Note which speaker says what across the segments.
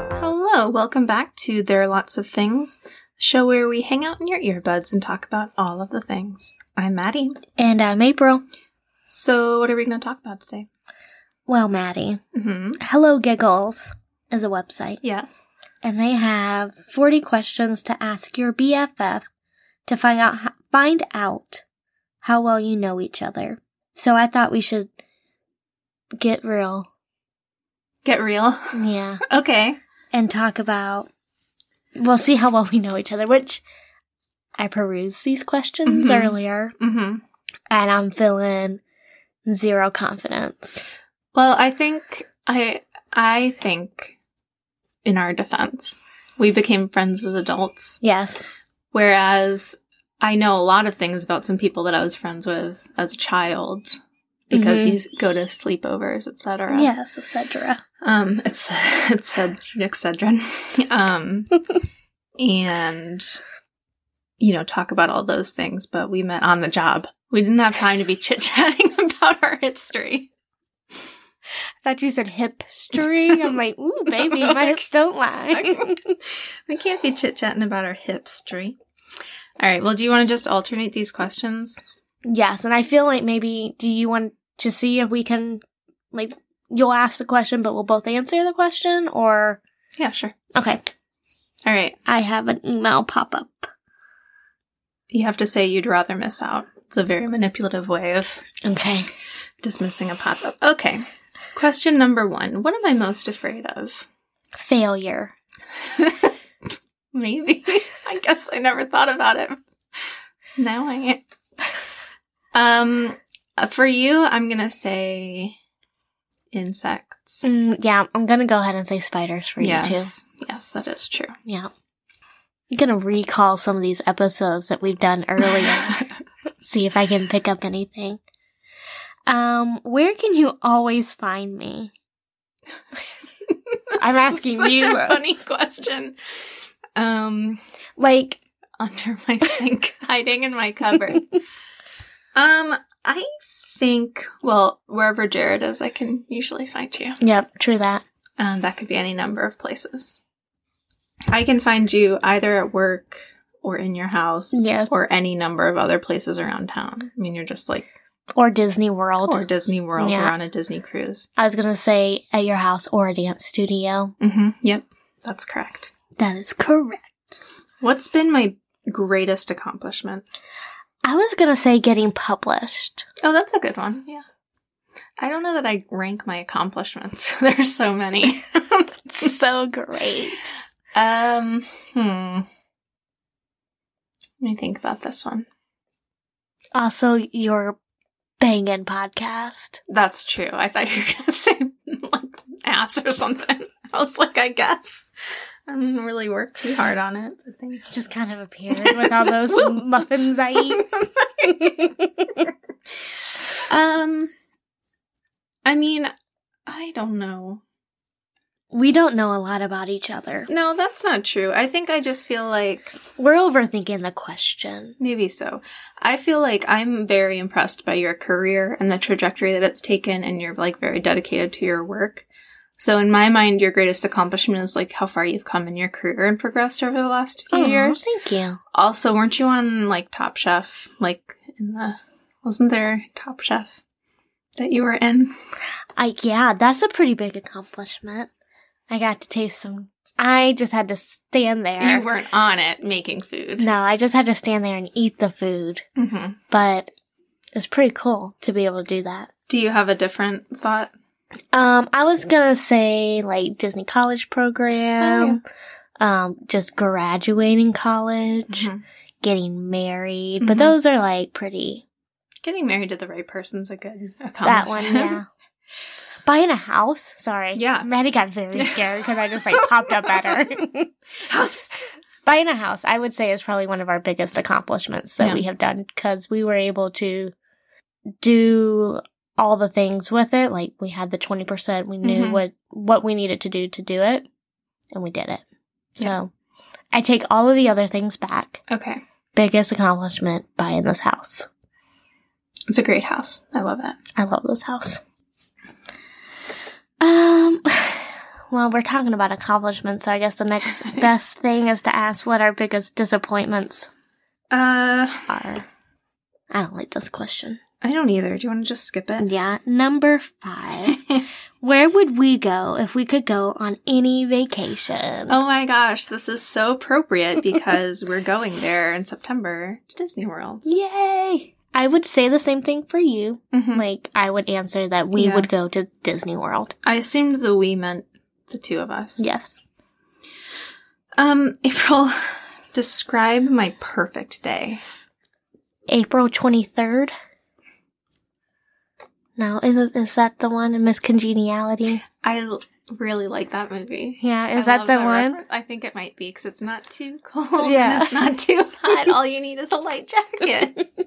Speaker 1: Hello, welcome back to There Are Lots of Things, a show where we hang out in your earbuds and talk about all of the things. I'm Maddie.
Speaker 2: And I'm April.
Speaker 1: So, what are we going to talk about today?
Speaker 2: Well, Maddie,
Speaker 1: Mm-hmm.
Speaker 2: Hello Giggles is a website,
Speaker 1: Yes.
Speaker 2: and they have 40 questions to ask your BFF to find out ho- find out how well you know each other. So I thought we should get real,
Speaker 1: Get real.
Speaker 2: yeah,
Speaker 1: Okay.
Speaker 2: and talk about we'll see how well we know each other. Which I perused these questions
Speaker 1: Mhm.
Speaker 2: earlier,
Speaker 1: Mm-hmm.
Speaker 2: and I'm feeling zero confidence.
Speaker 1: Well, I think I I think in our defense, we became friends as adults,
Speaker 2: Yes,
Speaker 1: whereas I know a lot of things about some people that I was friends with as a child because
Speaker 2: Mhm.
Speaker 1: you s- go to sleepovers, etc.
Speaker 2: yes, etc.
Speaker 1: Um, it's it's said Excedrin. Um, and you know, talk about all those things, but we met on the job. We didn't have time to be chit chatting about our history.
Speaker 2: thought you said hipstery. I'm like, ooh, baby, my hips don't lie.
Speaker 1: We can't be chit chatting about our hipstery. All right. Well, do you want to just alternate these questions?
Speaker 2: yes, and I feel like maybe do you want to see if we can like you'll ask the question, but we'll both answer the question, or
Speaker 1: Yeah, sure.
Speaker 2: okay,
Speaker 1: All right.
Speaker 2: I have an email pop up.
Speaker 1: You have to say you'd rather miss out. It's a very manipulative way of
Speaker 2: Okay,
Speaker 1: dismissing a pop up. Okay. Question number one What am I most afraid of?
Speaker 2: failure.
Speaker 1: Maybe. I guess I never thought about it. Now I am. Um, uh, for you, I'm gonna say insects.
Speaker 2: Mm, yeah, I'm gonna go ahead and say spiders for you too.
Speaker 1: yes, yes, that is true.
Speaker 2: Yeah. I'm gonna recall some of these episodes that we've done earlier. see if I can pick up anything. Um, where can you always find me? I'm
Speaker 1: This is
Speaker 2: asking
Speaker 1: such
Speaker 2: you.
Speaker 1: a funny question. Um,
Speaker 2: Like,
Speaker 1: under my sink, hiding in my cupboard. Um, I think well, wherever Jared is, I can usually find you.
Speaker 2: yep, true that.
Speaker 1: Um, that could be any number of places. I can find you either at work or in your house
Speaker 2: Yes.
Speaker 1: or any number of other places around town. I mean, you're just like,
Speaker 2: Or Disney World.
Speaker 1: or Disney World
Speaker 2: Yeah.
Speaker 1: or on a Disney cruise.
Speaker 2: I was gonna say at your house or a dance studio.
Speaker 1: Mm-hmm. Yep, that's correct.
Speaker 2: That is correct.
Speaker 1: What's been my greatest accomplishment?
Speaker 2: I was gonna say getting published.
Speaker 1: Oh, that's a good one. Yeah. I don't know that I rank my accomplishments. There's so many.
Speaker 2: so great.
Speaker 1: um, hmm. Let me think about this one.
Speaker 2: Also, your banging podcast.
Speaker 1: That's true. I thought you were gonna say like ass or something. I was like, I guess. I didn't really work too hard on it. But
Speaker 2: It just kind of appeared with all those muffins I eat.
Speaker 1: thank um, I mean, I don't know.
Speaker 2: We don't know a lot about each other.
Speaker 1: No, that's not true. I think I just feel like
Speaker 2: We're overthinking the question.
Speaker 1: maybe so. I feel like I'm very impressed by your career and the trajectory that it's taken, and you're like very dedicated to your work. So in my mind, your greatest accomplishment is like how far you've come in your career and progressed over the last few
Speaker 2: Aw,
Speaker 1: years.
Speaker 2: Thank you.
Speaker 1: Also, weren't you on like Top Chef? Like in the wasn't there Top Chef that you were in?
Speaker 2: I yeah, that's a pretty big accomplishment. I got to taste some. I just had to stand there.
Speaker 1: You weren't on it making food.
Speaker 2: No, I just had to stand there and eat the food,
Speaker 1: hmm
Speaker 2: but it's pretty cool to be able to do that.
Speaker 1: Do you have a different thought?
Speaker 2: Um, I was gonna say like Disney college program, um, just graduating college,
Speaker 1: Mhm.
Speaker 2: getting married, but
Speaker 1: Mhm.
Speaker 2: those are like pretty.
Speaker 1: Getting married to the right person's a good accomplishment.
Speaker 2: That one, yeah. Buying a house. Sorry.
Speaker 1: Yeah.
Speaker 2: Maddie got very scared because I just like popped up at her.
Speaker 1: House.
Speaker 2: Buying a house, I would say, is probably one of our biggest accomplishments that
Speaker 1: Yeah.
Speaker 2: we have done because we were able to do all the things with it. Like we had the twenty percent, we knew
Speaker 1: Mhm.
Speaker 2: what what we needed to do to do it, and we did it.
Speaker 1: Yeah.
Speaker 2: So I take all of the other things back.
Speaker 1: Okay,
Speaker 2: Biggest accomplishment: buying this house.
Speaker 1: it's a great house. I love it.
Speaker 2: I love this house. Um, Well, we're talking about accomplishments, so I guess the next best thing is to ask what our biggest disappointments
Speaker 1: Uh,
Speaker 2: are. I don't like this question.
Speaker 1: I don't either. Do you want to just skip it?
Speaker 2: Yeah, number five. Where would we go if we could go on any vacation?
Speaker 1: oh my gosh, this is so appropriate because we're going there in September to Disney World.
Speaker 2: yay! I would say the same thing for you.
Speaker 1: Mhm.
Speaker 2: Like, I would answer that we
Speaker 1: Yeah.
Speaker 2: would go to Disney World.
Speaker 1: I assumed the we meant the two of us.
Speaker 2: Yes.
Speaker 1: Um, April, describe my perfect day.
Speaker 2: April 23rd? No, is, it, is that the one in Miss Congeniality?
Speaker 1: I l- really like that movie.
Speaker 2: Yeah, is
Speaker 1: I love
Speaker 2: that the one?
Speaker 1: refer- I think it might be because it's not too cold.
Speaker 2: Yeah.
Speaker 1: and it's not too hot. All you need is a light jacket.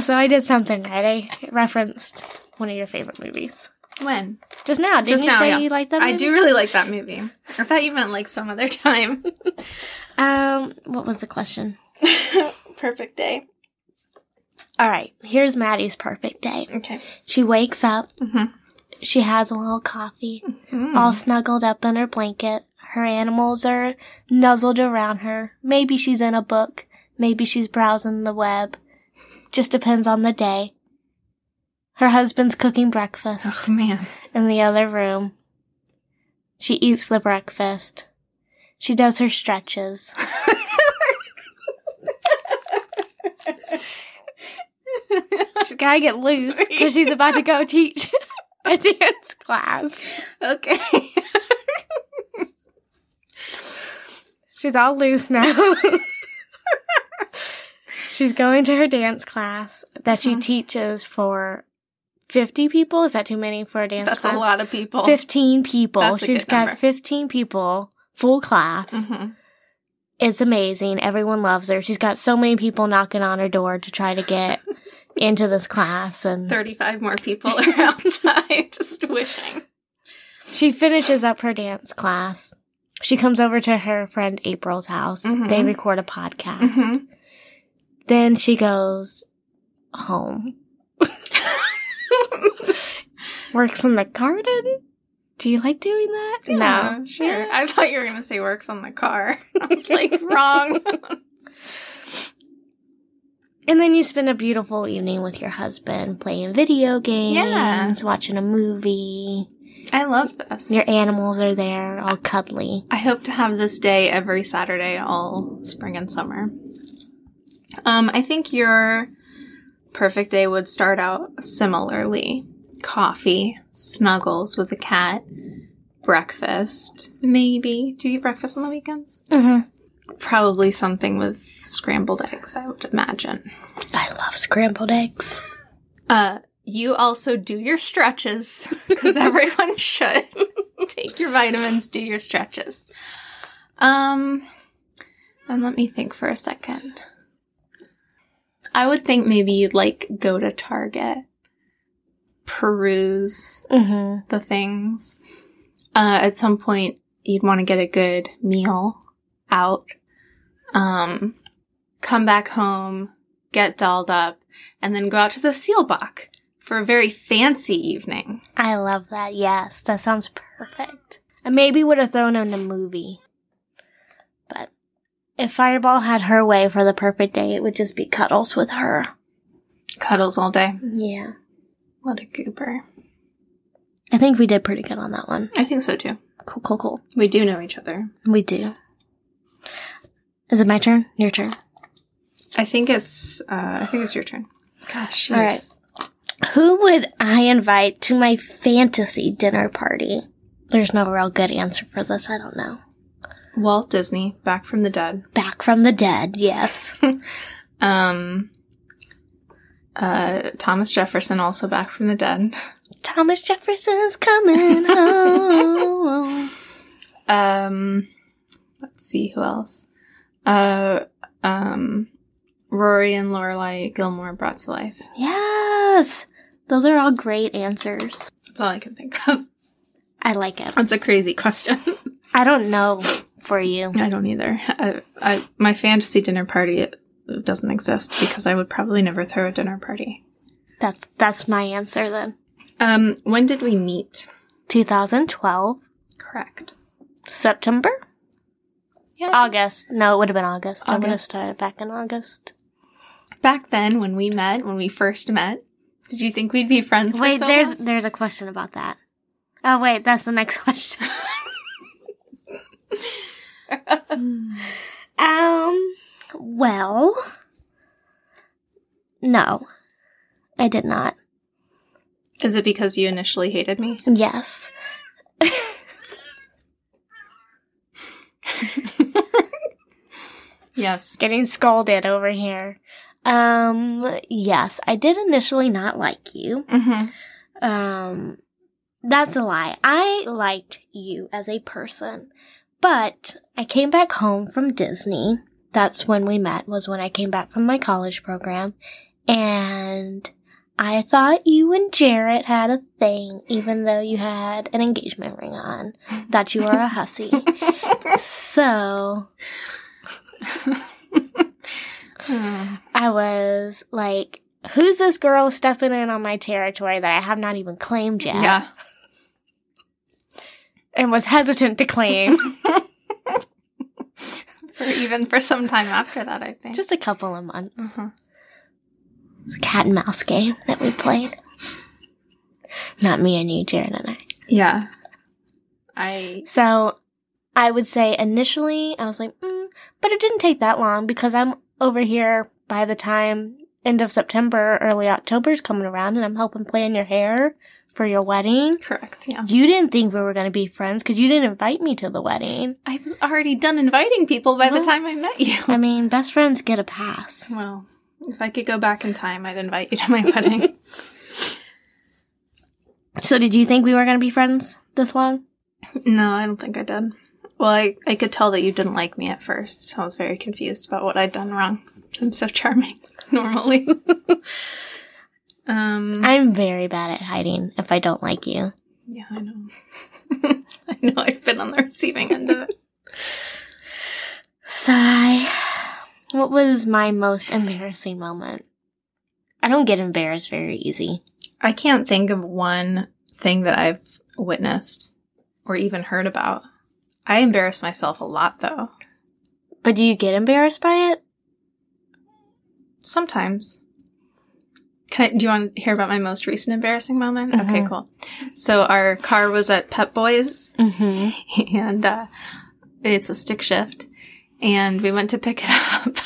Speaker 2: So I did something right. I referenced one of your favorite movies.
Speaker 1: when?
Speaker 2: Just now, didn't
Speaker 1: Just
Speaker 2: you
Speaker 1: now,
Speaker 2: say
Speaker 1: yeah.
Speaker 2: you like that movie?
Speaker 1: I do really like that movie. I thought you meant like some other time.
Speaker 2: Um, what was the question?
Speaker 1: perfect day.
Speaker 2: All right, here's Maddie's perfect day.
Speaker 1: Okay.
Speaker 2: She wakes up,
Speaker 1: Mhm.
Speaker 2: she has a little coffee,
Speaker 1: Mm.
Speaker 2: all snuggled up in her blanket. Her animals are nuzzled around her. Maybe she's in a book, maybe she's browsing the web. Just depends on the day. Her husband's cooking breakfast.
Speaker 1: Oh man.
Speaker 2: in the other room. She eats the breakfast. She does her stretches. She's gotta get loose because she's about to go teach a dance class.
Speaker 1: okay.
Speaker 2: She's all loose now. she's going to her dance class that she
Speaker 1: Mhm.
Speaker 2: teaches for 50 people. Is that too many for a dance
Speaker 1: That's
Speaker 2: class?
Speaker 1: a lot of people.
Speaker 2: 15 people.
Speaker 1: That's a
Speaker 2: She's
Speaker 1: good
Speaker 2: got
Speaker 1: number.
Speaker 2: 15 people, full class.
Speaker 1: Mhm.
Speaker 2: It's amazing. Everyone loves her. She's got so many people knocking on her door to try to get into this class and
Speaker 1: Thirty-five more people are outside, just wishing.
Speaker 2: she finishes up her dance class. She comes over to her friend April's house.
Speaker 1: Mhm.
Speaker 2: They record a podcast.
Speaker 1: Mhm.
Speaker 2: Then she goes home. Works in the garden? Do you like doing that?
Speaker 1: Yeah,
Speaker 2: no.
Speaker 1: sure.
Speaker 2: Yeah.
Speaker 1: I thought you were gonna say works on the car. I was like, wrong.
Speaker 2: And then you spend a beautiful evening with your husband playing video games, watching a movie.
Speaker 1: I love this.
Speaker 2: Your animals are there, all cuddly.
Speaker 1: I hope to have this day every Saturday all spring and summer. Um, I think your perfect day would start out similarly. Coffee, snuggles with a cat, breakfast. Maybe. Do you eat breakfast on the weekends?
Speaker 2: Mm-hmm.
Speaker 1: Probably something with scrambled eggs, I would imagine.
Speaker 2: I love scrambled eggs.
Speaker 1: Uh, you also do your stretches because everyone should take your vitamins, do your stretches. Um, and let me think for a second. I would think maybe you'd like go to Target, peruse
Speaker 2: Mm-hmm.
Speaker 1: the things. Uh, at some point, you'd want to get a good meal out. Um, come back home, get dolled up, and then go out to the Seelbach for a very fancy evening.
Speaker 2: I love that. Yes, that sounds perfect. I maybe would have thrown in a movie, but if Fireball had her way for the perfect day, it would just be cuddles with her.
Speaker 1: Cuddles all day.
Speaker 2: Yeah,
Speaker 1: What a goober.
Speaker 2: I think we did pretty good on that one.
Speaker 1: I think so too.
Speaker 2: Cool, cool, cool.
Speaker 1: We do know each other.
Speaker 2: We do. Is it my turn? Your turn.
Speaker 1: I think it's. Uh, I think it's your turn. Gosh,
Speaker 2: All
Speaker 1: yes.
Speaker 2: Who would I invite to my fantasy dinner party? There's no real good answer for this. I don't know.
Speaker 1: Walt Disney, back from the dead.
Speaker 2: Back from the dead, yes.
Speaker 1: Um, uh, Thomas Jefferson, also back from the dead.
Speaker 2: Thomas Jefferson's coming home.
Speaker 1: Um, let's see who else. Uh, um, Rory and Lorelai Gilmore brought to life.
Speaker 2: Yes. Those are all great answers.
Speaker 1: That's all I can think of.
Speaker 2: I like it.
Speaker 1: That's a crazy question.
Speaker 2: I don't know for you.
Speaker 1: I don't either. I, I, my fantasy dinner party it doesn't exist because I would probably never throw a dinner party.
Speaker 2: That's that's my answer then.
Speaker 1: Um, when did we meet?
Speaker 2: 2012,
Speaker 1: Correct. Uh,
Speaker 2: September,
Speaker 1: Yeah.
Speaker 2: August. No, it would have been August. I would have
Speaker 1: August.
Speaker 2: started back in August.
Speaker 1: Back then, when we met, when we first met, did you think we'd be friends for
Speaker 2: Wait,
Speaker 1: so
Speaker 2: there's
Speaker 1: long?
Speaker 2: there's a question about that. Oh wait, that's the next question. um, well, no, I did not.
Speaker 1: Is it because you initially hated me?
Speaker 2: Yes.
Speaker 1: Yes.
Speaker 2: Getting scolded over here. Um, yes, I did initially not like you.
Speaker 1: Mm-hmm.
Speaker 2: Um, that's a lie. I liked you as a person, but I came back home from Disney. That's when we met, was when I came back from my college program. And I thought you and Jarrett had a thing, even though you had an engagement ring on, that you were a hussy. so
Speaker 1: Hmm.
Speaker 2: I was like, who's this girl stepping in on my territory that I have not even claimed yet?
Speaker 1: yeah.
Speaker 2: and was hesitant to claim.
Speaker 1: For even for some time after that, I think.
Speaker 2: Just a couple of months.
Speaker 1: Uh-huh.
Speaker 2: It's a cat and mouse game that we played. Not me and you, Jared and I.
Speaker 1: Yeah. I
Speaker 2: So I would say initially I was like, mm, but it didn't take that long because I'm over here by the time end of September, early October's coming around and I'm helping plan your hair for your wedding.
Speaker 1: correct. Yeah.
Speaker 2: You didn't think we were going to be friends because you didn't invite me to the wedding.
Speaker 1: I was already done inviting people by the
Speaker 2: Well-
Speaker 1: time I met you.
Speaker 2: I mean, best friends get a pass.
Speaker 1: Well, if I could go back in time, I'd invite you to my wedding.
Speaker 2: So did you think we were going to be friends this long?
Speaker 1: no, I don't think I did. Well, I, I could tell that you didn't like me at first. I was very confused about what I'd done wrong. I'm so charming normally. um,
Speaker 2: I'm very bad at hiding if I don't like you.
Speaker 1: yeah, I know. I know I've been on the receiving end of it.
Speaker 2: Sigh. What was my most embarrassing moment? I don't get embarrassed very easy.
Speaker 1: I can't think of one thing that I've witnessed or even heard about. I embarrass myself a lot though.
Speaker 2: But do you get embarrassed by it?
Speaker 1: Sometimes. Can I, do you want to hear about my most recent embarrassing moment? Okay,
Speaker 2: Mhm.
Speaker 1: cool. So our car was at Pep Boys,
Speaker 2: Mm-hmm.
Speaker 1: and uh, it's a stick shift, and we went to pick it up,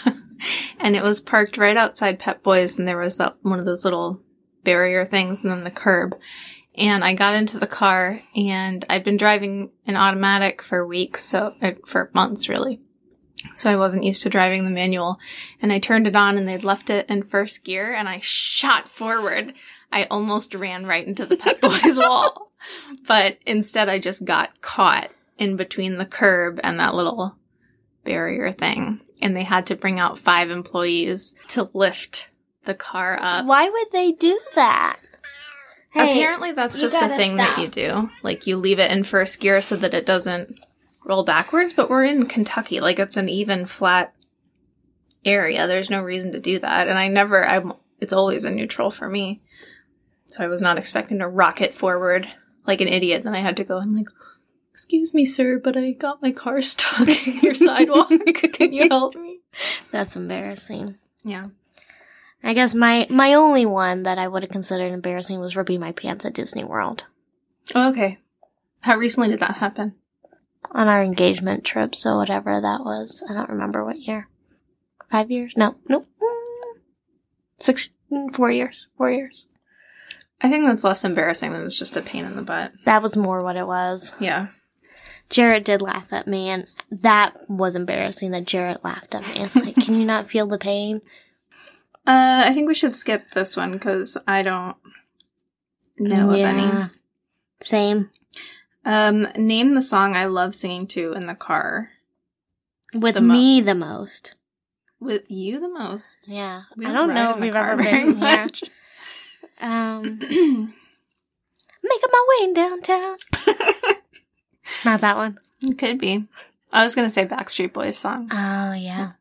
Speaker 1: and it was parked right outside Pep Boys, and there was that one of those little barrier things, and then the curb. And I got into the car, and I'd been driving an automatic for weeks, so uh, for months really. So I wasn't used to driving the manual, and I turned it on, and they'd left it in first gear, and I shot forward. I almost ran right into the Pep Boys wall, but instead I just got caught in between the curb and that little barrier thing. And they had to bring out five employees to lift the car up.
Speaker 2: Uh, Why would they do that? Hey,
Speaker 1: Apparently, that's
Speaker 2: you
Speaker 1: just a
Speaker 2: gotta
Speaker 1: thing
Speaker 2: stop.
Speaker 1: that you do. Like, you leave it in first gear so that it doesn't roll backwards, but we're in Kentucky. Like, it's an even, flat area. There's no reason to do that. And I never, I'm, it's always a neutral for me. So I was not expecting to rocket forward like an idiot. Then I had to go and, like, excuse me, sir, but I got my car stuck in your sidewalk. Can you help me?
Speaker 2: that's embarrassing.
Speaker 1: Yeah.
Speaker 2: I guess my my only one that I would have considered embarrassing was ripping my pants at Disney World
Speaker 1: Oh, okay. How recently did that happen?
Speaker 2: on our engagement trip. So whatever that was, I don't remember what year. Five years? No, no. Mm, Six, mm, four years. Four years.
Speaker 1: I think that's less embarrassing than it's just a pain in the butt.
Speaker 2: That was more what it was.
Speaker 1: Yeah.
Speaker 2: Jarrett did laugh at me, and that was embarrassing that Jarrett laughed at me. It's like, can you not feel the pain?
Speaker 1: Uh, I think we should skip this one because I don't know of
Speaker 2: Same.
Speaker 1: any. Um, name the song I love singing to in the car
Speaker 2: With
Speaker 1: The mo-
Speaker 2: me the most.
Speaker 1: with you the most.
Speaker 2: Yeah.
Speaker 1: We
Speaker 2: I don't
Speaker 1: ride in
Speaker 2: know if
Speaker 1: the
Speaker 2: we've
Speaker 1: car
Speaker 2: ever been here. Um,
Speaker 1: much.
Speaker 2: making my way downtown. Not that one.
Speaker 1: It Could be. I was gonna say Backstreet Boys song.
Speaker 2: Oh, yeah.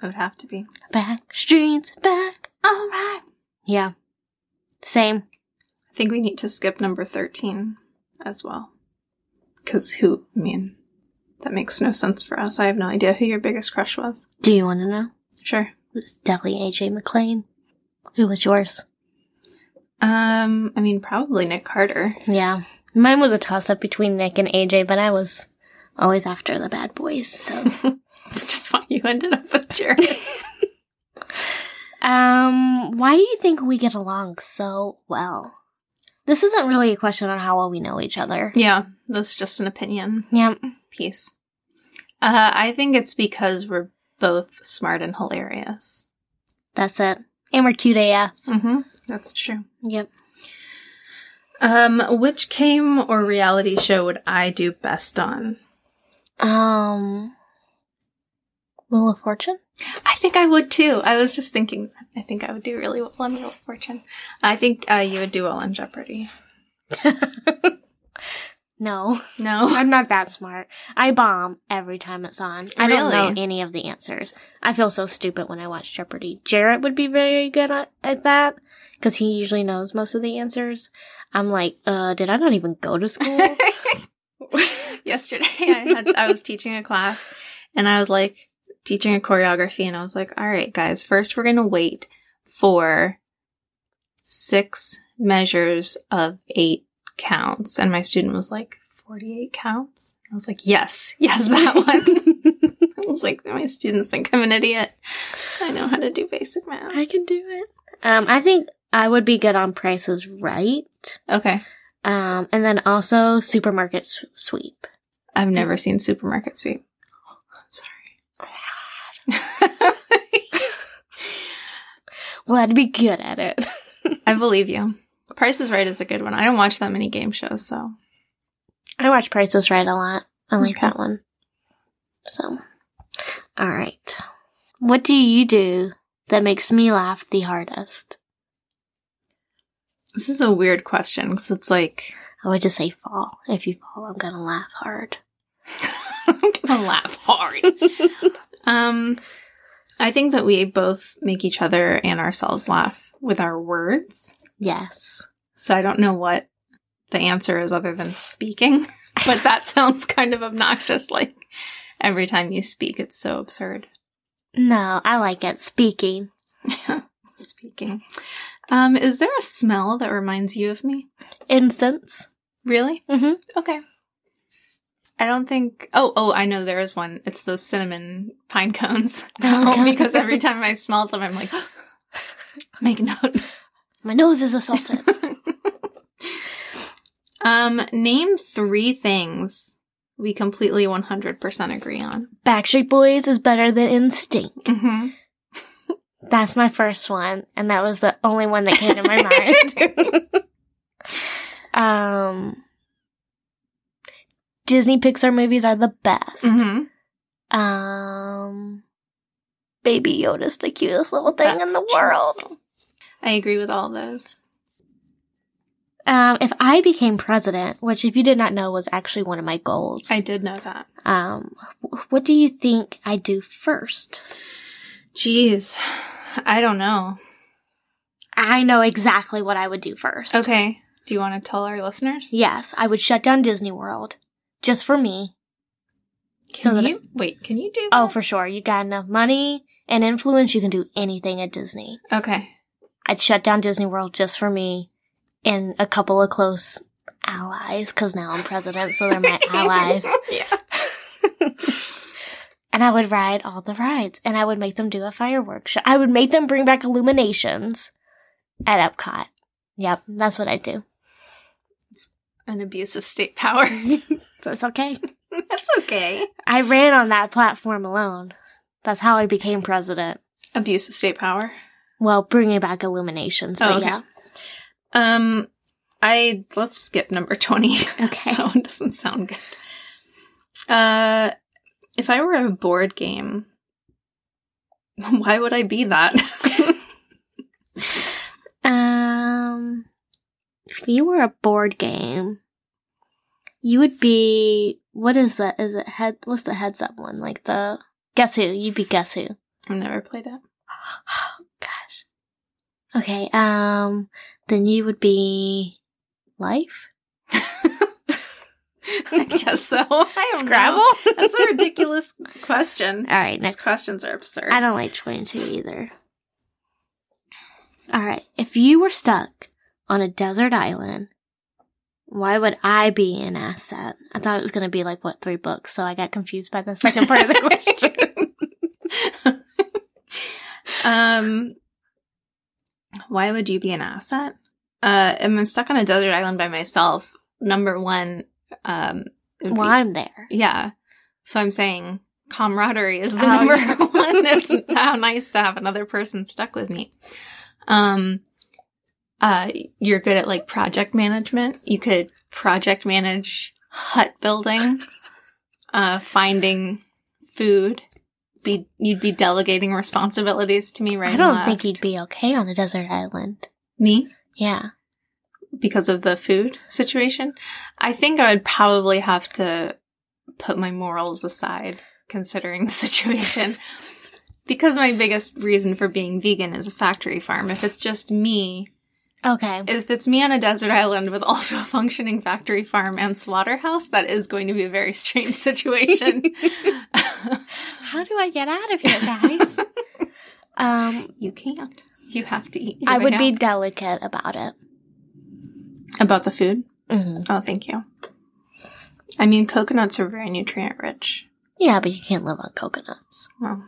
Speaker 1: It would have to be.
Speaker 2: Back streets, back.
Speaker 1: All right.
Speaker 2: Yeah. Same.
Speaker 1: I think we need to skip number thirteen. as well. Because who, I mean, that makes no sense for us. I have no idea who your biggest crush was.
Speaker 2: Do you want to know?
Speaker 1: Sure.
Speaker 2: It's definitely AJ McLean. Who was yours?
Speaker 1: Um, I mean, probably Nick Carter.
Speaker 2: Yeah. Mine was a toss up between Nick and AJ, but I was always after the bad boys, so.
Speaker 1: Which is why you ended up with Jared.
Speaker 2: um, why do you think we get along so well? This isn't really a question on how well we know each other.
Speaker 1: yeah, that's just an opinion
Speaker 2: Yeah.
Speaker 1: piece. Uh, I think it's because we're both smart and hilarious.
Speaker 2: That's it. And we're cute AF.
Speaker 1: Mm-hmm. That's true.
Speaker 2: Yep.
Speaker 1: Um, which game or reality show would I do best on?
Speaker 2: Um, Wheel of Fortune?
Speaker 1: I think I would too. I was just thinking. that. I think I would do really well on Wheel of Fortune. I think uh, you would do well on Jeopardy.
Speaker 2: No.
Speaker 1: No,
Speaker 2: I'm not that smart. I bomb every time it's on. I
Speaker 1: Really?
Speaker 2: don't know any of the answers. I feel so stupid when I watch Jeopardy. Jarrett would be very good at, at that because he usually knows most of the answers. I'm like, uh, did I not even go to school?
Speaker 1: yesterday I had I was teaching a class, and I was like teaching a choreography, and I was like, "All right, guys, first we're gonna wait for six measures of eight counts," and my student was like, 48 counts?" I was like, "Yes, yes, that one." I was like, "My students think I'm an idiot. I know how to do basic math."
Speaker 2: I can do it. Um, I think I would be good on prices right.
Speaker 1: Okay.
Speaker 2: Um, and then also supermarket s- sweep.
Speaker 1: I've never seen Supermarket Sweep. I'm sorry.
Speaker 2: Well, I'd be good at it.
Speaker 1: I believe you. Price is Right is a good one. I don't watch that many game shows, so.
Speaker 2: I watch Prices Right a lot. I like
Speaker 1: Okay.
Speaker 2: that one. So, all right. What do you do that makes me laugh the hardest?
Speaker 1: This is a weird question because it's like,
Speaker 2: I would just say fall. If you fall, I'm gonna laugh hard.
Speaker 1: I'm gonna laugh hard. um, I think that we both make each other and ourselves laugh with our words.
Speaker 2: Yes.
Speaker 1: So I don't know what the answer is other than speaking, but that sounds kind of obnoxious. Like every time you speak, it's so absurd.
Speaker 2: No, I like it. Speaking.
Speaker 1: Speaking. Um, is there a smell that reminds you of me?
Speaker 2: Incense.
Speaker 1: Really?
Speaker 2: Mhm.
Speaker 1: Okay. I don't think. Oh, oh, I know there is one. It's those cinnamon pine cones.
Speaker 2: Oh,
Speaker 1: Oh,
Speaker 2: God.
Speaker 1: because every time I smell them, I'm like, make a note.
Speaker 2: My nose is assaulted.
Speaker 1: um, name three things we completely 100% agree on.
Speaker 2: Backstreet Boys is better than Instinct.
Speaker 1: Mm-hmm.
Speaker 2: That's my first one, and that was the only one that came to my mind. um, Disney Pixar movies are the best.
Speaker 1: Mm-hmm.
Speaker 2: Um, Baby Yoda's the cutest little thing in the
Speaker 1: That's true.
Speaker 2: world.
Speaker 1: I agree with all those.
Speaker 2: Um, if I became president, which if you did not know was actually one of my goals,
Speaker 1: I did know that.
Speaker 2: um, wh- what do you think I do first?
Speaker 1: Jeez. I don't know.
Speaker 2: I know exactly what I would do first.
Speaker 1: Okay. Do you want to tell our listeners?
Speaker 2: Yes, I would shut down Disney World just for me. so
Speaker 1: Can
Speaker 2: that I-
Speaker 1: you wait? Can you do? That?
Speaker 2: Oh, for sure. You got enough money and influence, you can do anything at Disney.
Speaker 1: okay.
Speaker 2: I'd shut down Disney World just for me and a couple of close allies, because now I'm president, so they're my allies.
Speaker 1: yeah.
Speaker 2: And I would ride all the rides, and I would make them do a fireworks show. I would make them bring back illuminations at Epcot. Yep, that's what I do.
Speaker 1: An abuse of state power.
Speaker 2: That's okay.
Speaker 1: That's okay.
Speaker 2: I ran on that platform alone. That's how I became president.
Speaker 1: Abuse of state power.
Speaker 2: Well, bringing back illuminations,
Speaker 1: Oh,
Speaker 2: but
Speaker 1: okay.
Speaker 2: yeah.
Speaker 1: Um, I let's skip number twenty.
Speaker 2: Okay.
Speaker 1: that one doesn't sound good. Uh, if I were a board game, why would I be that?
Speaker 2: Um, if you were a board game, you would be what is that? Is it head? What's the heads up one? Like the guess who? You'd be guess who?
Speaker 1: I've never played it.
Speaker 2: Oh gosh. Okay. Um, then you would be life.
Speaker 1: I guess so. I don't
Speaker 2: Scrabble?
Speaker 1: know. That's a ridiculous question.
Speaker 2: All right,
Speaker 1: These
Speaker 2: next.
Speaker 1: questions are absurd.
Speaker 2: I don't like 22 either. All right, if you were stuck on a desert island, why would I be an asset? I thought it was going to be like, what, three books? So I got confused by the second part of the question.
Speaker 1: question. um, why would you be an asset? Uh, I'm stuck on a desert island by myself. Number one, um, it would be-
Speaker 2: Well, I'm there.
Speaker 1: yeah. So I'm saying camaraderie is the
Speaker 2: Oh,
Speaker 1: number
Speaker 2: yeah.
Speaker 1: one. It's how nice to have another person stuck with me. Um, uh, you're good at like project management. You could project manage hut building, uh, finding food. Be you'd be delegating responsibilities to me, right?
Speaker 2: I
Speaker 1: and
Speaker 2: don't
Speaker 1: left.
Speaker 2: think he'd be okay on a desert island.
Speaker 1: me
Speaker 2: Yeah.
Speaker 1: because of the food situation. I think I would probably have to put my morals aside considering the situation. because my biggest reason for being vegan is a factory farm. If it's just me,
Speaker 2: Okay.
Speaker 1: if it's me on a desert island with also a functioning factory farm and slaughterhouse, that is going to be a very strange situation.
Speaker 2: How do I get out of here, guys? um,
Speaker 1: you can't. You have to eat. your
Speaker 2: I
Speaker 1: way
Speaker 2: would be
Speaker 1: out.
Speaker 2: delicate about it.
Speaker 1: about the food.
Speaker 2: Mm.
Speaker 1: Oh, thank you. I mean, coconuts are very nutrient rich.
Speaker 2: Yeah, but you can't live on coconuts.
Speaker 1: Well,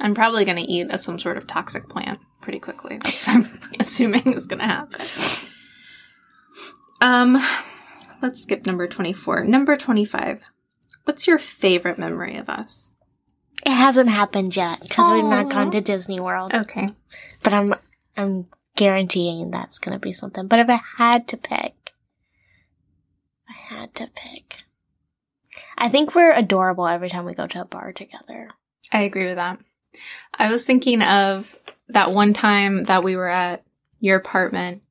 Speaker 1: I'm probably going to eat a, some sort of toxic plant pretty quickly. That's what I'm assuming is going to happen. Um, let's skip number 24. Number 25. What's your favorite memory of us?
Speaker 2: It hasn't happened yet because we've
Speaker 1: Aw.
Speaker 2: not gone to Disney World.
Speaker 1: Okay.
Speaker 2: But I'm I'm guaranteeing that's gonna be something. But if I had to pick, I had to pick. I think we're adorable every time we go to a bar together.
Speaker 1: I agree with that. I was thinking of that one time that we were at your apartment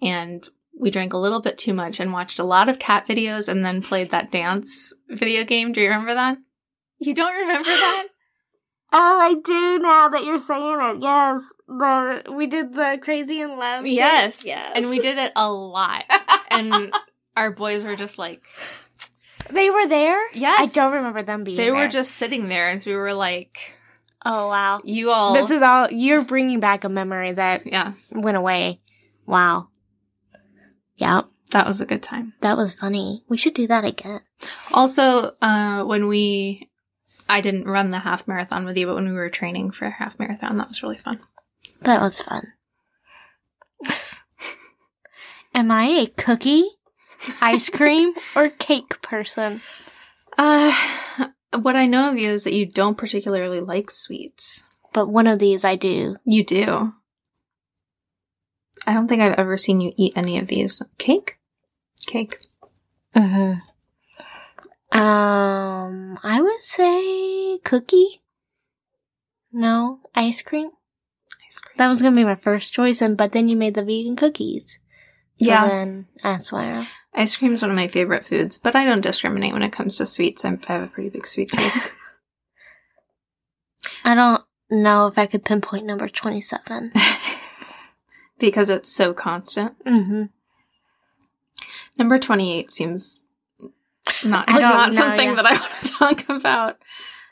Speaker 1: and we drank a little bit too much and watched a lot of cat videos and then played that dance video game. Do you remember that? You don't remember that?
Speaker 2: Oh, I do now that you're saying it. Yes, the we did the crazy and love.
Speaker 1: Yes. And we did it a lot. and our boys were just like,
Speaker 2: they were there.
Speaker 1: Yes.
Speaker 2: I don't remember them being.
Speaker 1: they were
Speaker 2: there.
Speaker 1: just sitting there and we were like,
Speaker 2: Oh wow.
Speaker 1: you all.
Speaker 2: This is all you're bringing back a memory that
Speaker 1: yeah,
Speaker 2: went away. Wow. Yeah,
Speaker 1: that was a good time.
Speaker 2: that was funny. We should do that again.
Speaker 1: Also, uh, when we, I didn't run the half marathon with you, but when we were training for a half marathon, that was really fun.
Speaker 2: That was fun. Am I a cookie, ice cream, or cake person?
Speaker 1: Uh, what I know of you is that you don't particularly like sweets.
Speaker 2: But one of these I do.
Speaker 1: You do. I don't think I've ever seen you eat any of these. Cake? Cake.
Speaker 2: Mm-hmm. Um, I would say cookie. No, ice cream.
Speaker 1: Ice cream.
Speaker 2: That was gonna be my first choice, and but then you made the vegan cookies. So
Speaker 1: Yeah.
Speaker 2: Then that's why.
Speaker 1: Ice cream is one of my favorite foods, but I don't discriminate when it comes to sweets. I'm, I have a pretty big sweet tooth.
Speaker 2: I don't know if I could pinpoint number 27.
Speaker 1: because it's so constant.
Speaker 2: Mm-hmm.
Speaker 1: Number 28 seems not,
Speaker 2: I
Speaker 1: like
Speaker 2: don't
Speaker 1: not
Speaker 2: know,
Speaker 1: something
Speaker 2: yeah.
Speaker 1: that I want to talk about.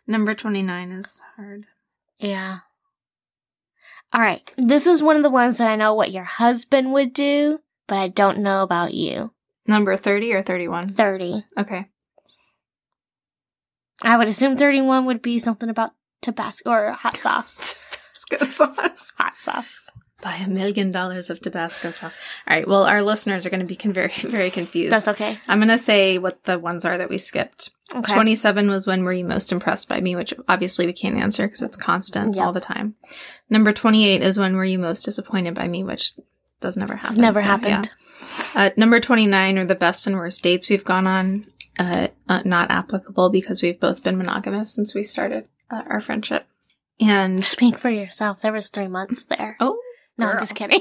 Speaker 1: Number 29 is hard.
Speaker 2: Yeah. All right. This is one of the ones that I know what your husband would do, but I don't know about you.
Speaker 1: Number 30 or 31?
Speaker 2: 30.
Speaker 1: Okay.
Speaker 2: I would assume 31 would be something about Tabasco or hot sauce.
Speaker 1: Tabasco sauce.
Speaker 2: hot sauce.
Speaker 1: Buy a million dollars of Tabasco sauce. All right. Well, our listeners are going to be con- very, very confused.
Speaker 2: That's okay.
Speaker 1: I'm going to say what the ones are that we skipped.
Speaker 2: Okay.
Speaker 1: 27 was when were you most impressed by me, which obviously we can't answer because it's constant
Speaker 2: Yep.
Speaker 1: all the time. Number 28 is when were you most disappointed by me, which does never happen.
Speaker 2: It's never
Speaker 1: so, yeah.
Speaker 2: happened.
Speaker 1: Uh, number 29 are the best and worst dates we've gone on. Uh, uh, not applicable because we've both been monogamous since we started uh, our friendship. And,
Speaker 2: Speak for yourself. There was three months there.
Speaker 1: oh,
Speaker 2: no,
Speaker 1: girl.
Speaker 2: I'm just kidding.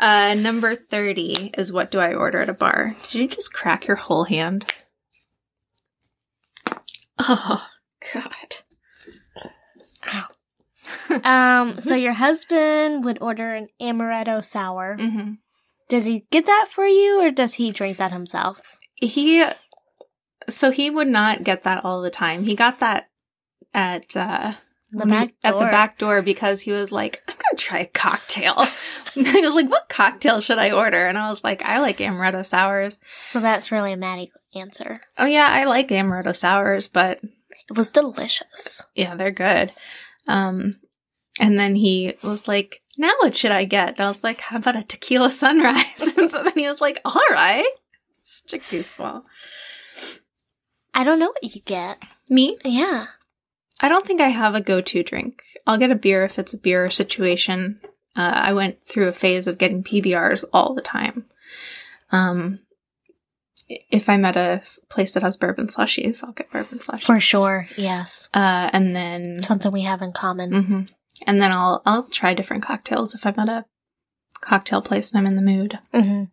Speaker 1: Uh, number 30 is what do I order at a bar? Did you just crack your whole hand? Oh, God.
Speaker 2: um, so your husband would order an amaretto sour.
Speaker 1: Mm-hmm.
Speaker 2: Does he get that for you or does he drink that himself?
Speaker 1: He, so he would not get that all the time. He got that at uh,
Speaker 2: The
Speaker 1: when we-
Speaker 2: back
Speaker 1: at the
Speaker 2: door.
Speaker 1: back door because he was like, I'm gonna try a cocktail. and he was like, What cocktail should I order? And I was like, I like amaretto sours.
Speaker 2: So that's really a Maddie answer.
Speaker 1: Oh yeah, I like amaretto sours, but
Speaker 2: It was delicious.
Speaker 1: yeah, they're good. Um, and then he was like, Now what should I get? And I was like, How about a tequila sunrise? and so then he was like, All right. Such a goofball.
Speaker 2: I don't know what you get.
Speaker 1: Me?
Speaker 2: Yeah.
Speaker 1: I don't think I have a go to drink. I'll get a beer if it's a beer situation. Uh, I went through a phase of getting PBRs all the time. Um, i- if I'm at a s- place that has bourbon slushies, I'll get bourbon slushies
Speaker 2: For sure. Yes.
Speaker 1: Uh, and then,
Speaker 2: Mm-hmm. Something we have in common.
Speaker 1: hmm and then I'll I'll try different cocktails if I'm at a cocktail place and I'm in the mood.
Speaker 2: Mm-hmm.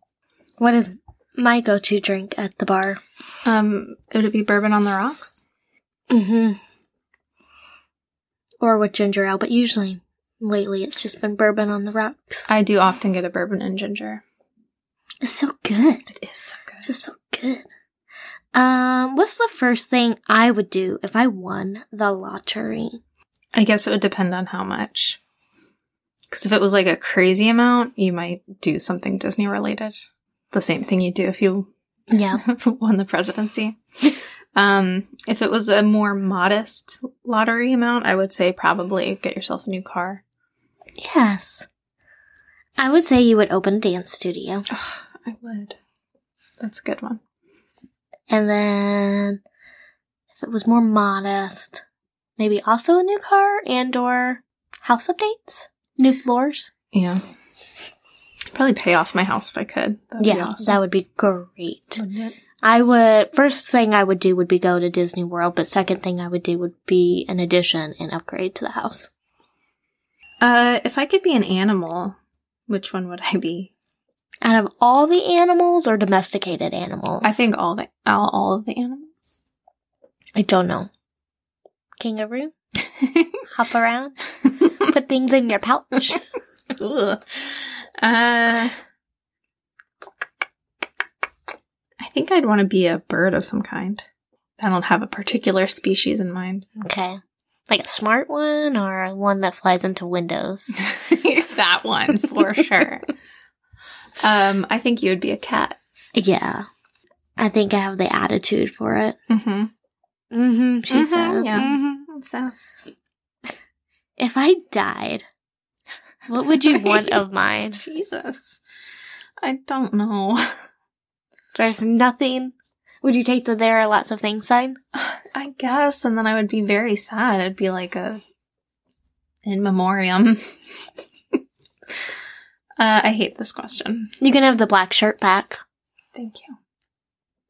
Speaker 2: What is my go-to drink at the bar?
Speaker 1: Um, would it be bourbon on the rocks?
Speaker 2: Mm-hmm. Or with ginger ale, but usually lately it's just been bourbon on the rocks.
Speaker 1: I do often get a bourbon and ginger.
Speaker 2: It's so good.
Speaker 1: It is so good.
Speaker 2: Just so good. Um, what's the first thing I would do if I won the lottery?
Speaker 1: I guess it would depend on how much. Because if it was like a crazy amount, you might do something Disney related. The same thing you do if you
Speaker 2: Yeah.
Speaker 1: won the presidency. um, if it was a more modest lottery amount, I would say probably get yourself a new car.
Speaker 2: yes. I would say you would open a dance studio
Speaker 1: Ugh, I would. That's a good one.
Speaker 2: and then if it was more modest, maybe also a new car and or house updates, new floors.
Speaker 1: Yeah. Probably pay off my house if I could. That'd
Speaker 2: yeah,
Speaker 1: be awesome.
Speaker 2: that would be great.
Speaker 1: Wouldn't it?
Speaker 2: I would first thing I would do would be go to Disney World, but second thing I would do would be an addition and upgrade to the house.
Speaker 1: Uh, if I could be an animal, which one would I be?
Speaker 2: Out of all the animals or domesticated animals,
Speaker 1: I think all the all, all of the animals.
Speaker 2: I don't know. Kangaroo, hop around, put things in your pouch.
Speaker 1: Ugh. Uh, I think I'd want to be a bird of some kind. I don't have a particular species in mind.
Speaker 2: Okay, like a smart one or one that flies into windows.
Speaker 1: that one for sure. Um, I think you would be a cat.
Speaker 2: Yeah, I think I have the attitude for it.
Speaker 1: Mm-hmm.
Speaker 2: Mm-hmm. She says.
Speaker 1: Mm-hmm. So,
Speaker 2: If I died, what would you want of mine?
Speaker 1: Jesus, I don't know.
Speaker 2: There's nothing. Would you take the there are lots of things sign?
Speaker 1: I guess, and then I would be very sad. It'd be like a in memoriam. uh, I hate this question.
Speaker 2: You can have the black shirt back.
Speaker 1: Thank you.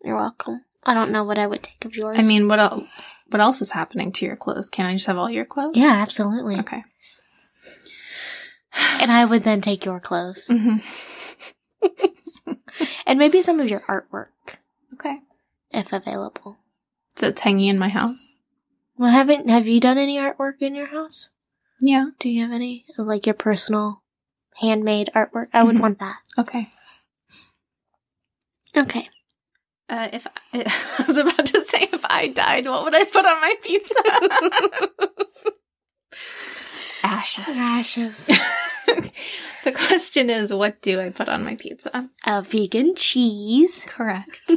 Speaker 2: You're welcome. I don't know what I would take of yours.
Speaker 1: I mean, what el- what else is happening to your clothes? Can I just have all your clothes?
Speaker 2: yeah, absolutely.
Speaker 1: Okay.
Speaker 2: And I would then take your clothes
Speaker 1: hmm
Speaker 2: and maybe some of your artwork
Speaker 1: Okay.
Speaker 2: if available.
Speaker 1: That's hanging in my house.
Speaker 2: Well, haven't have you done any artwork in your house?
Speaker 1: Yeah.
Speaker 2: Do you have any of like your personal handmade artwork? I would
Speaker 1: Mhm.
Speaker 2: want that.
Speaker 1: Okay.
Speaker 2: Okay.
Speaker 1: Uh, if I, I was about to say if I died, what would I put on my pizza? Ashes.
Speaker 2: Rashes.
Speaker 1: the question is, what do I put on my pizza?
Speaker 2: A vegan cheese.
Speaker 1: Correct.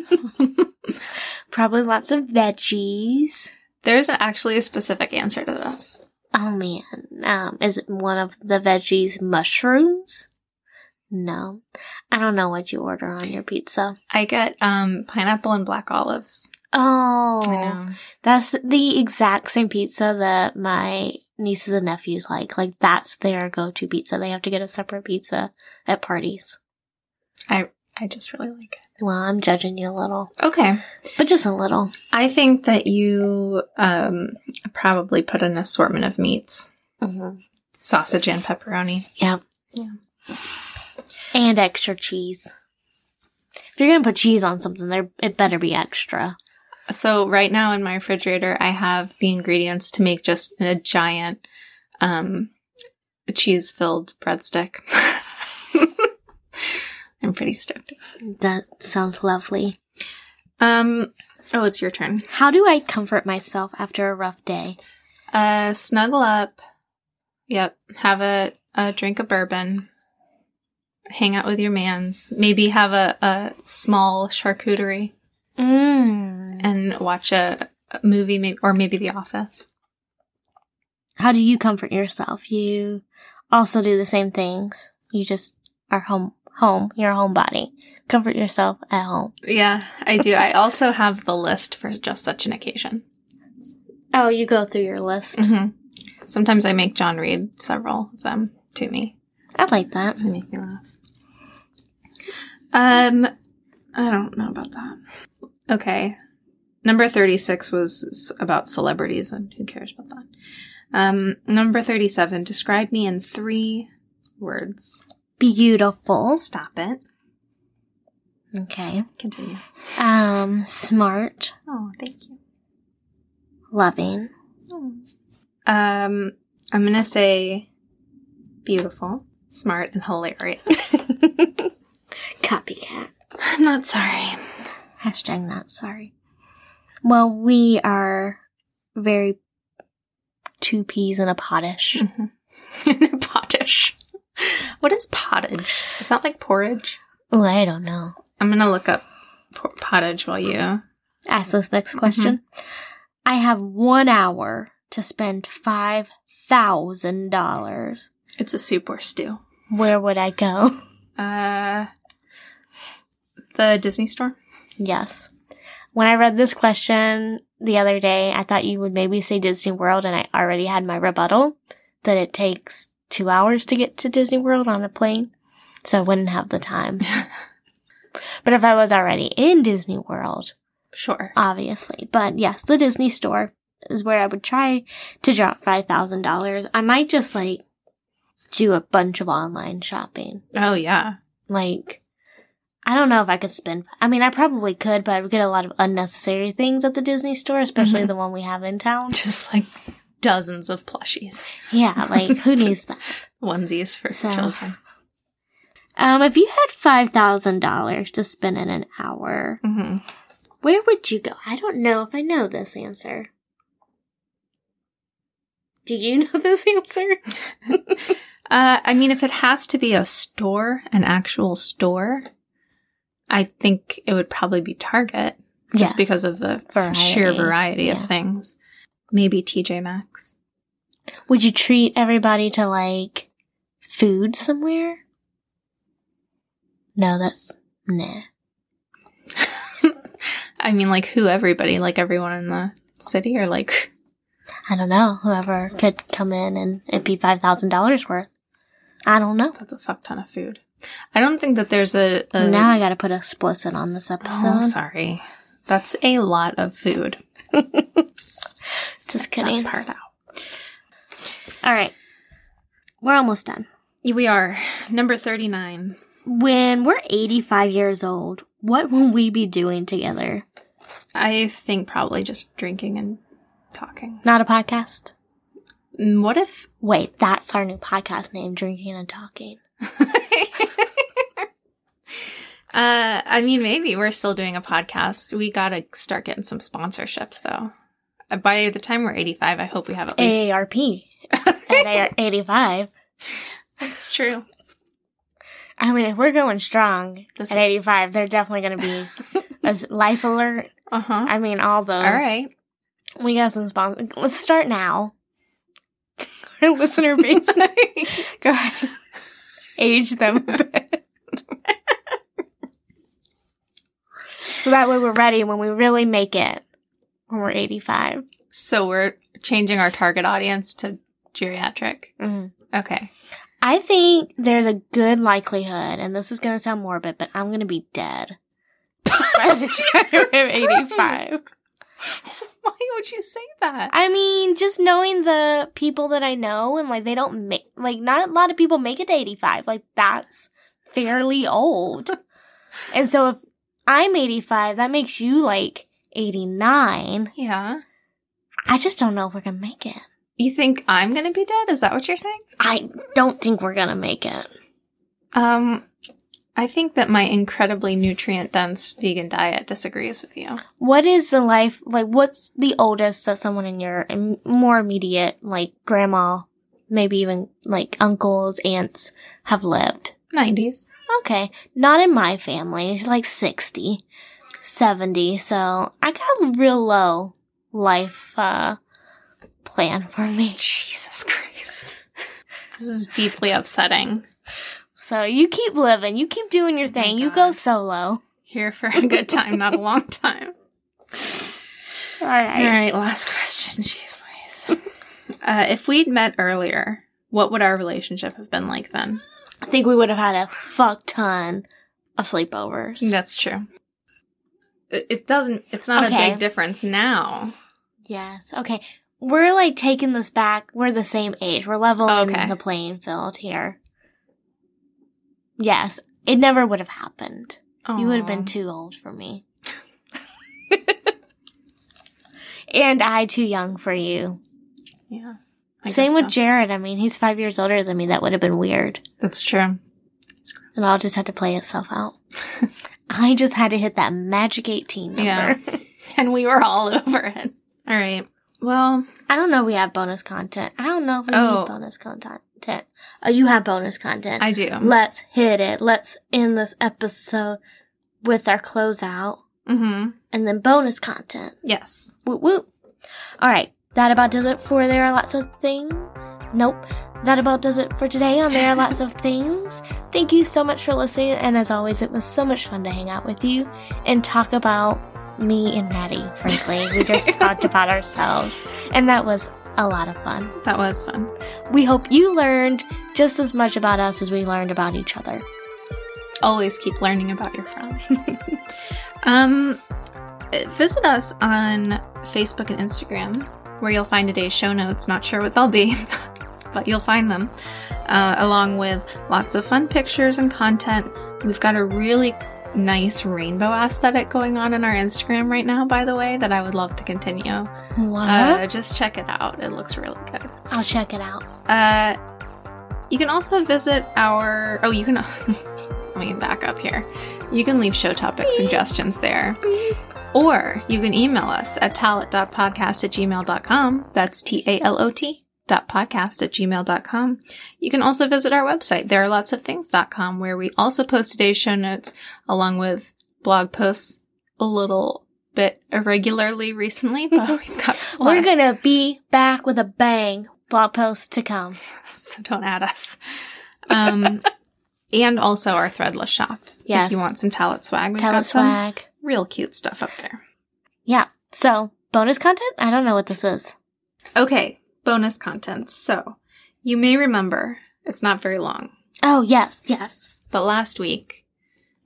Speaker 2: Probably lots of veggies.
Speaker 1: There's actually a specific answer to this.
Speaker 2: Oh man, um, is it one of the veggies mushrooms? No, I don't know what you order on your pizza.
Speaker 1: I get um, pineapple and black olives.
Speaker 2: Oh,
Speaker 1: know.
Speaker 2: that's the exact same pizza that my nieces and nephews like. Like that's their go-to pizza. They have to get a separate pizza at parties.
Speaker 1: I just really like it.
Speaker 2: Well, I'm judging you a little,
Speaker 1: Okay.
Speaker 2: but just a little.
Speaker 1: I think that you um, probably put an assortment of meats
Speaker 2: hmm
Speaker 1: sausage and pepperoni.
Speaker 2: Yeah,
Speaker 1: Yeah.
Speaker 2: and extra cheese. If you're gonna put cheese on something, there it better be extra.
Speaker 1: So, right now in my refrigerator, I have the ingredients to make just a giant um, cheese filled breadstick. I'm pretty stoked.
Speaker 2: That sounds lovely.
Speaker 1: Um, oh, it's your turn.
Speaker 2: How do I comfort myself after a rough day?
Speaker 1: Uh, snuggle up. Yep. Have a, a drink of bourbon. Hang out with your mans. Maybe have a, a small charcuterie
Speaker 2: Mm.
Speaker 1: and watch a, a movie, maybe, or maybe The Office.
Speaker 2: How do you comfort yourself? You also do the same things. You just are home, home, your homebody. Comfort yourself at home.
Speaker 1: Yeah, I do. I also have the list for just such an occasion.
Speaker 2: Oh, you go through your list.
Speaker 1: hmm Sometimes I make John read several of them to me.
Speaker 2: I like that.
Speaker 1: They make me laugh. Um, I don't know about that. Okay, number thirty-six was s- about celebrities, and who cares about that? Um, number thirty-seven. Describe me in three words.
Speaker 2: Beautiful.
Speaker 1: Stop it.
Speaker 2: Okay.
Speaker 1: Continue.
Speaker 2: Um, smart,
Speaker 1: Oh, thank you.
Speaker 2: loving. Mm.
Speaker 1: Um, I'm gonna say beautiful, smart, and hilarious.
Speaker 2: Copycat.
Speaker 1: I'm not sorry.
Speaker 2: Hashtag not sorry. Well, we are very two peas in a potash.
Speaker 1: Mm-hmm. pottage. What is pottage? Is that like porridge?
Speaker 2: Oh, I don't know.
Speaker 1: I'm gonna look up po- pottage while you.
Speaker 2: Ask this next question. I have one hour to spend five thousand dollars.
Speaker 1: It's a soup or stew.
Speaker 2: Where would I go?
Speaker 1: Uh, the Disney store.
Speaker 2: yes. When I read this question the other day, I thought you would maybe say Disney World, and I already had my rebuttal that it takes two hours to get to Disney World on a plane, so I wouldn't have the time. but if I was already in Disney World,
Speaker 1: Sure.
Speaker 2: obviously. But yes, the Disney store is where I would try to drop $5,000. I might just like do a bunch of online shopping.
Speaker 1: Oh yeah.
Speaker 2: Like, I don't know if I could spend, I mean, I probably could, but I would get a lot of unnecessary things at the Disney store, especially
Speaker 1: Mhm.
Speaker 2: the one we have in town.
Speaker 1: Just like dozens of plushies,
Speaker 2: Yeah, like, who needs that?
Speaker 1: onesies for
Speaker 2: So-
Speaker 1: children.
Speaker 2: Um, if you had $5,000 to spend in an hour,
Speaker 1: hmm
Speaker 2: where would you go? I don't know if I know this answer. Do you know this answer?
Speaker 1: Uh, I mean, if it has to be a store, an actual store, I think it would probably be Target. just
Speaker 2: Yes.
Speaker 1: because of the
Speaker 2: Variety.
Speaker 1: sheer variety
Speaker 2: Yeah.
Speaker 1: of things. Maybe TJ Maxx.
Speaker 2: Would you treat everybody to like food somewhere? No, that's nah.
Speaker 1: I mean, like who? Everybody, like everyone in the city, or like
Speaker 2: I don't know. Whoever could come in and it'd be five thousand dollars worth. I don't know.
Speaker 1: that's a fuck ton of food. I don't think that there's a. a
Speaker 2: now I gotta put explicit on this
Speaker 1: oh,
Speaker 2: episode.
Speaker 1: sorry, that's a lot of food.
Speaker 2: Just
Speaker 1: That
Speaker 2: kidding.
Speaker 1: part out.
Speaker 2: Alright. We're almost done.
Speaker 1: We are number thirty nine.
Speaker 2: When we're eighty five years old, what will we be doing together?
Speaker 1: I think probably just drinking and talking.
Speaker 2: Not a podcast?
Speaker 1: Mm, What if?
Speaker 2: Wait, that's our new podcast name, Drinking and Talking.
Speaker 1: Uh, I mean, maybe we're still doing a podcast. We gotta start getting some sponsorships, though. Uh, By the time we're eighty-five, I hope we have at least.
Speaker 2: AARP. At our eighty-five.
Speaker 1: That's true.
Speaker 2: I mean, if we're going strong
Speaker 1: This
Speaker 2: at
Speaker 1: one.
Speaker 2: 85, they're definitely going to be a s- life alert.
Speaker 1: Uh huh.
Speaker 2: I mean, all those.
Speaker 1: All right.
Speaker 2: We got some sponsors. Let's start now. Our listener base. Go ahead. Age them a bit. so that way we're ready when we really make it when we're 85.
Speaker 1: so we're changing our target audience to geriatric.
Speaker 2: Mhm.
Speaker 1: Okay.
Speaker 2: I think there's a good likelihood, and this is going to sound morbid, but I'm going to be dead by the time I'm 85.
Speaker 1: Why would you say that?
Speaker 2: I mean, just knowing the people that I know and like they don't make like not a lot of people make it to 85. Like that's fairly old. and so if I'm 85, that makes you like 89.
Speaker 1: yeah.
Speaker 2: I just don't know if we're going to make it.
Speaker 1: You think I'm gonna be dead? Is that what you're saying?
Speaker 2: I don't think we're going to make it.
Speaker 1: Um, I think that my incredibly nutrient dense vegan diet disagrees with you.
Speaker 2: What is the life like? What's the oldest that someone in your im- more immediate, like grandma, maybe even like uncles, aunts, have lived?
Speaker 1: 90s.
Speaker 2: Okay, not in my family. It's like 60, 70. So I got a real low life uh, plan for me.
Speaker 1: Jesus Christ. This is deeply upsetting.
Speaker 2: So you keep living, you keep doing your
Speaker 1: Oh my
Speaker 2: thing, you go
Speaker 1: God.
Speaker 2: solo.
Speaker 1: Here for a good time, not a long time.
Speaker 2: All
Speaker 1: All
Speaker 2: right.
Speaker 1: right, last question, jeez Louise. Uh, if we'd met earlier, what would our relationship have been like then?
Speaker 2: I think we would have had a fuck ton of sleepovers.
Speaker 1: That's true. It, it doesn't. It's not
Speaker 2: Okay.
Speaker 1: a big difference now.
Speaker 2: Yes. Okay. We're like taking this back. We're the same age. We're leveling
Speaker 1: Okay.
Speaker 2: the playing field here. Yes. It never would have happened. You would have been
Speaker 1: Aw.
Speaker 2: too old for me. and I too young for you.
Speaker 1: Yeah. I
Speaker 2: Same
Speaker 1: guess
Speaker 2: with
Speaker 1: so.
Speaker 2: Jared. I mean, he's five years older than me. That would have been weird.
Speaker 1: That's true.
Speaker 2: It all just had to play itself out. I just had to hit that magic 18 number.
Speaker 1: Yeah. and we were all over it. All right. Well,
Speaker 2: I don't know if we have bonus content. I don't know if we
Speaker 1: Oh.
Speaker 2: need bonus content. Oh, you have bonus content.
Speaker 1: I do.
Speaker 2: Let's hit it. Let's end this episode with our closeout
Speaker 1: mm-hmm.
Speaker 2: and then bonus content.
Speaker 1: Yes.
Speaker 2: Woot woot. All right. That about does it for There Are Lots of Things. Nope. That about does it for today on There Are Lots of Things. Thank you so much for listening. And as always, it was so much fun to hang out with you and talk about me and Maddie, frankly. We just talked about ourselves. And that was a lot of fun.
Speaker 1: That was fun.
Speaker 2: We hope you learned just as much about us as we learned about each other.
Speaker 1: Always keep learning about your friends. um, visit us on Facebook and Instagram, where you'll find today's show notes. Not sure what they'll be, but you'll find them, uh, along with lots of fun pictures and content. We've got a really nice rainbow aesthetic going on in our Instagram right now, by the way, that I would love to continue.
Speaker 2: What?
Speaker 1: Uh, just check it out. It looks really good.
Speaker 2: I'll check it out.
Speaker 1: Uh, you can also visit our. Oh, you can. let me back up here. You can leave show topic suggestions there. Or you can email us at talot.podcast at gmail.com. That's T A L O T dot podcast at gmail.com. You can also visit our website, there are lots of things.com, where we also post today's show notes along with blog posts a little bit irregularly recently, but we've got a lot
Speaker 2: We're
Speaker 1: of-
Speaker 2: gonna be back with a bang. Blog post to come.
Speaker 1: so don't add us. Um, and also our threadless shop.
Speaker 2: Yes.
Speaker 1: If you want some talent swag, we've
Speaker 2: Tell
Speaker 1: got
Speaker 2: us swag.
Speaker 1: some real cute stuff up there.
Speaker 2: Yeah. So, bonus content? I don't know what this is.
Speaker 1: Okay, bonus content. So you may remember it's not very long,
Speaker 2: Oh, yes, yes.
Speaker 1: but last week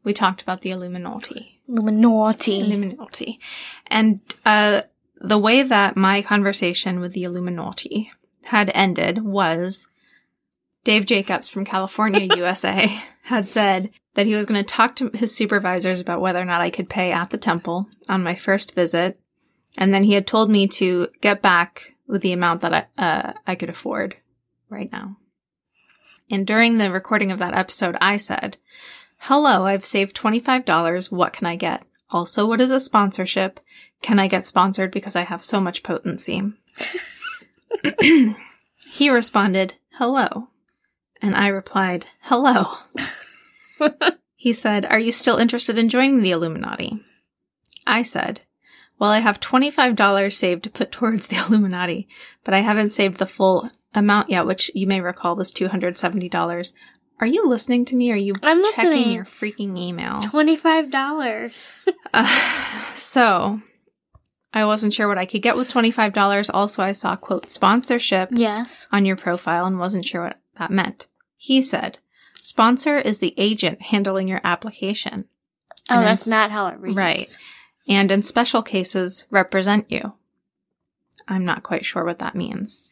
Speaker 1: we talked about the Illuminati.
Speaker 2: Illuminati.
Speaker 1: Illuminati. And uh, the way that my conversation with the Illuminati had ended was Dave Jacobs from California, USA, had said that he was going to talk to his supervisors about whether or not I could pay at the temple on my first visit. And then he had told me to get back with the amount that I, uh, I could afford right now. And during the recording of that episode, I said, Hello, I've saved $25. What can I get? Also, what is a sponsorship? Can I get sponsored because I have so much potency? he responded, Hello. And I replied, Hello. he said, Are you still interested in joining the Illuminati? I said, Well, I have $25 saved to put towards the Illuminati, but I haven't saved the full amount yet, which you may recall was $270. Are you listening to me? Or are you
Speaker 2: I'm
Speaker 1: checking
Speaker 2: listening.
Speaker 1: your freaking email?
Speaker 2: $25.
Speaker 1: Uh, so I wasn't sure what I could get with $25. Also, I saw quote sponsorship
Speaker 2: Yes.
Speaker 1: on your profile and wasn't sure what that meant. He said, sponsor is the agent handling your application
Speaker 2: Oh,
Speaker 1: And it's-
Speaker 2: that's not how it reads.
Speaker 1: Right. and in special cases represent you. I'm not quite sure what that means.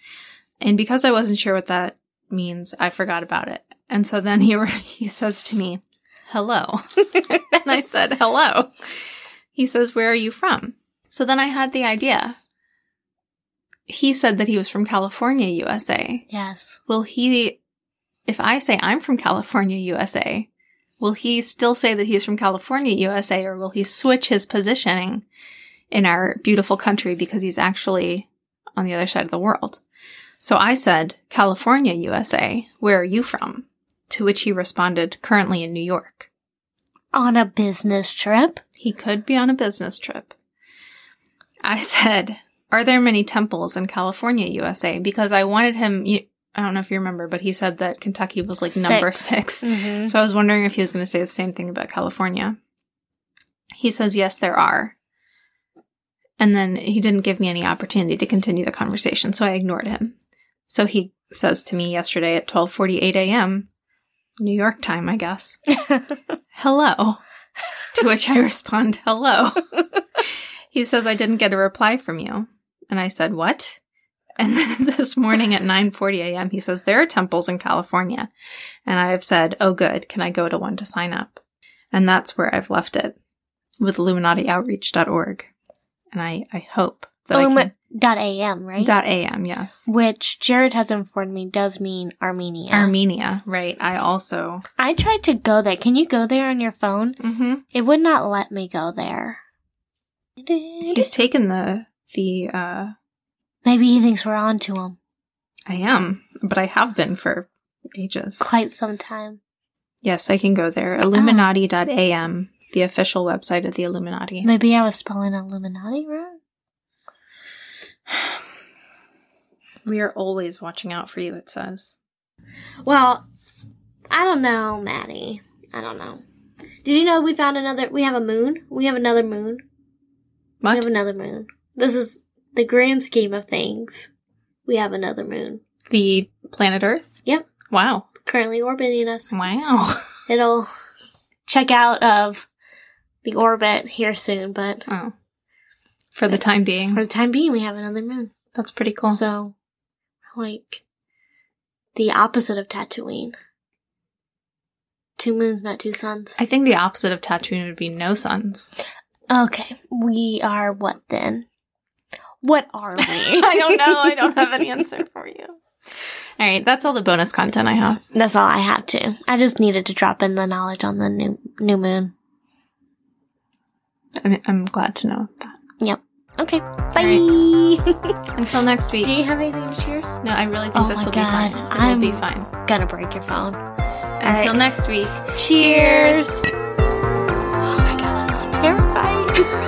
Speaker 1: And because I wasn't sure what that means, I forgot about it. And so then he he says to me, "Hello." and I said, "Hello." He says, "Where are you from?" So then I had the idea. He said that he was from California, USA.
Speaker 2: Yes.
Speaker 1: Will he if I say I'm from California, USA, Will he still say that he's from California, USA, or will he switch his positioning in our beautiful country because he's actually on the other side of the world? So I said, California, USA, where are you from? To which he responded, currently in New York.
Speaker 2: On a business trip?
Speaker 1: He could be on a business trip. I said, Are there many temples in California, USA? Because I wanted him, you, I don't know if you remember, but he said that Kentucky was like number six.
Speaker 2: Mm-hmm.
Speaker 1: So I was wondering if he was going to say the same thing about California. He says, Yes, there are. And then he didn't give me any opportunity to continue the conversation, so I ignored him. So he says to me yesterday at 12:48 a.m. New York time, I guess. Hello. to which I respond, "Hello." he says I didn't get a reply from you. And I said, "What?" And then this morning at 9:40 a.m., he says there are temples in California. And I have said, "Oh good, can I go to one to sign up?" And that's where I've left it with illuminatioutreach.org. And I I hope that I
Speaker 2: Illumi-
Speaker 1: can-
Speaker 2: dot AM, right?
Speaker 1: dot .am, yes.
Speaker 2: Which Jared has informed me does mean Armenia.
Speaker 1: Armenia, right? I also.
Speaker 2: I tried to go there. Can you go there on your phone?
Speaker 1: Mm-hmm.
Speaker 2: It would not let me go there.
Speaker 1: He's taken the the. uh
Speaker 2: Maybe he thinks we're on to him
Speaker 1: I am, but I have been for ages.
Speaker 2: quite some time.
Speaker 1: Yes, I can go there.
Speaker 2: Oh.
Speaker 1: Illuminati.am, the official website of the Illuminati.
Speaker 2: Maybe I was spelling Illuminati wrong.
Speaker 1: We are always watching out for you. It says.
Speaker 2: Well, I don't know, Maddie. I don't know. Did you know we found another? We have a moon. We have another moon.
Speaker 1: What?
Speaker 2: We have another moon. This is the grand scheme of things. We have another moon
Speaker 1: The planet Earth.
Speaker 2: Yep.
Speaker 1: Wow.
Speaker 2: currently orbiting us.
Speaker 1: Wow.
Speaker 2: It'll check out of the orbit here soon, but
Speaker 1: Oh. For the time
Speaker 2: for
Speaker 1: being,
Speaker 2: the time being, we have another moon.
Speaker 1: that's pretty cool.
Speaker 2: So, like, the opposite of Tatooine. Two moons, not two suns.
Speaker 1: I think the opposite of Tatooine would be no suns.
Speaker 2: Okay, we are what then? What are we?
Speaker 1: I don't know. I don't have an answer for you. All right, that's all the bonus content I have.
Speaker 2: That's all I had to. I just needed to drop in the knowledge on the new new moon.
Speaker 1: I'm, I'm glad to know that.
Speaker 2: Okay, bye.
Speaker 1: Until next week.
Speaker 2: Do you have anything to cheers?
Speaker 1: No, I really think
Speaker 2: Oh
Speaker 1: this
Speaker 2: my
Speaker 1: will
Speaker 2: God,
Speaker 1: be fine. It
Speaker 2: I'm-
Speaker 1: will be fine.
Speaker 2: Gonna break your phone.
Speaker 1: Until next week.
Speaker 2: Cheers. Oh my god, that's so terrifying.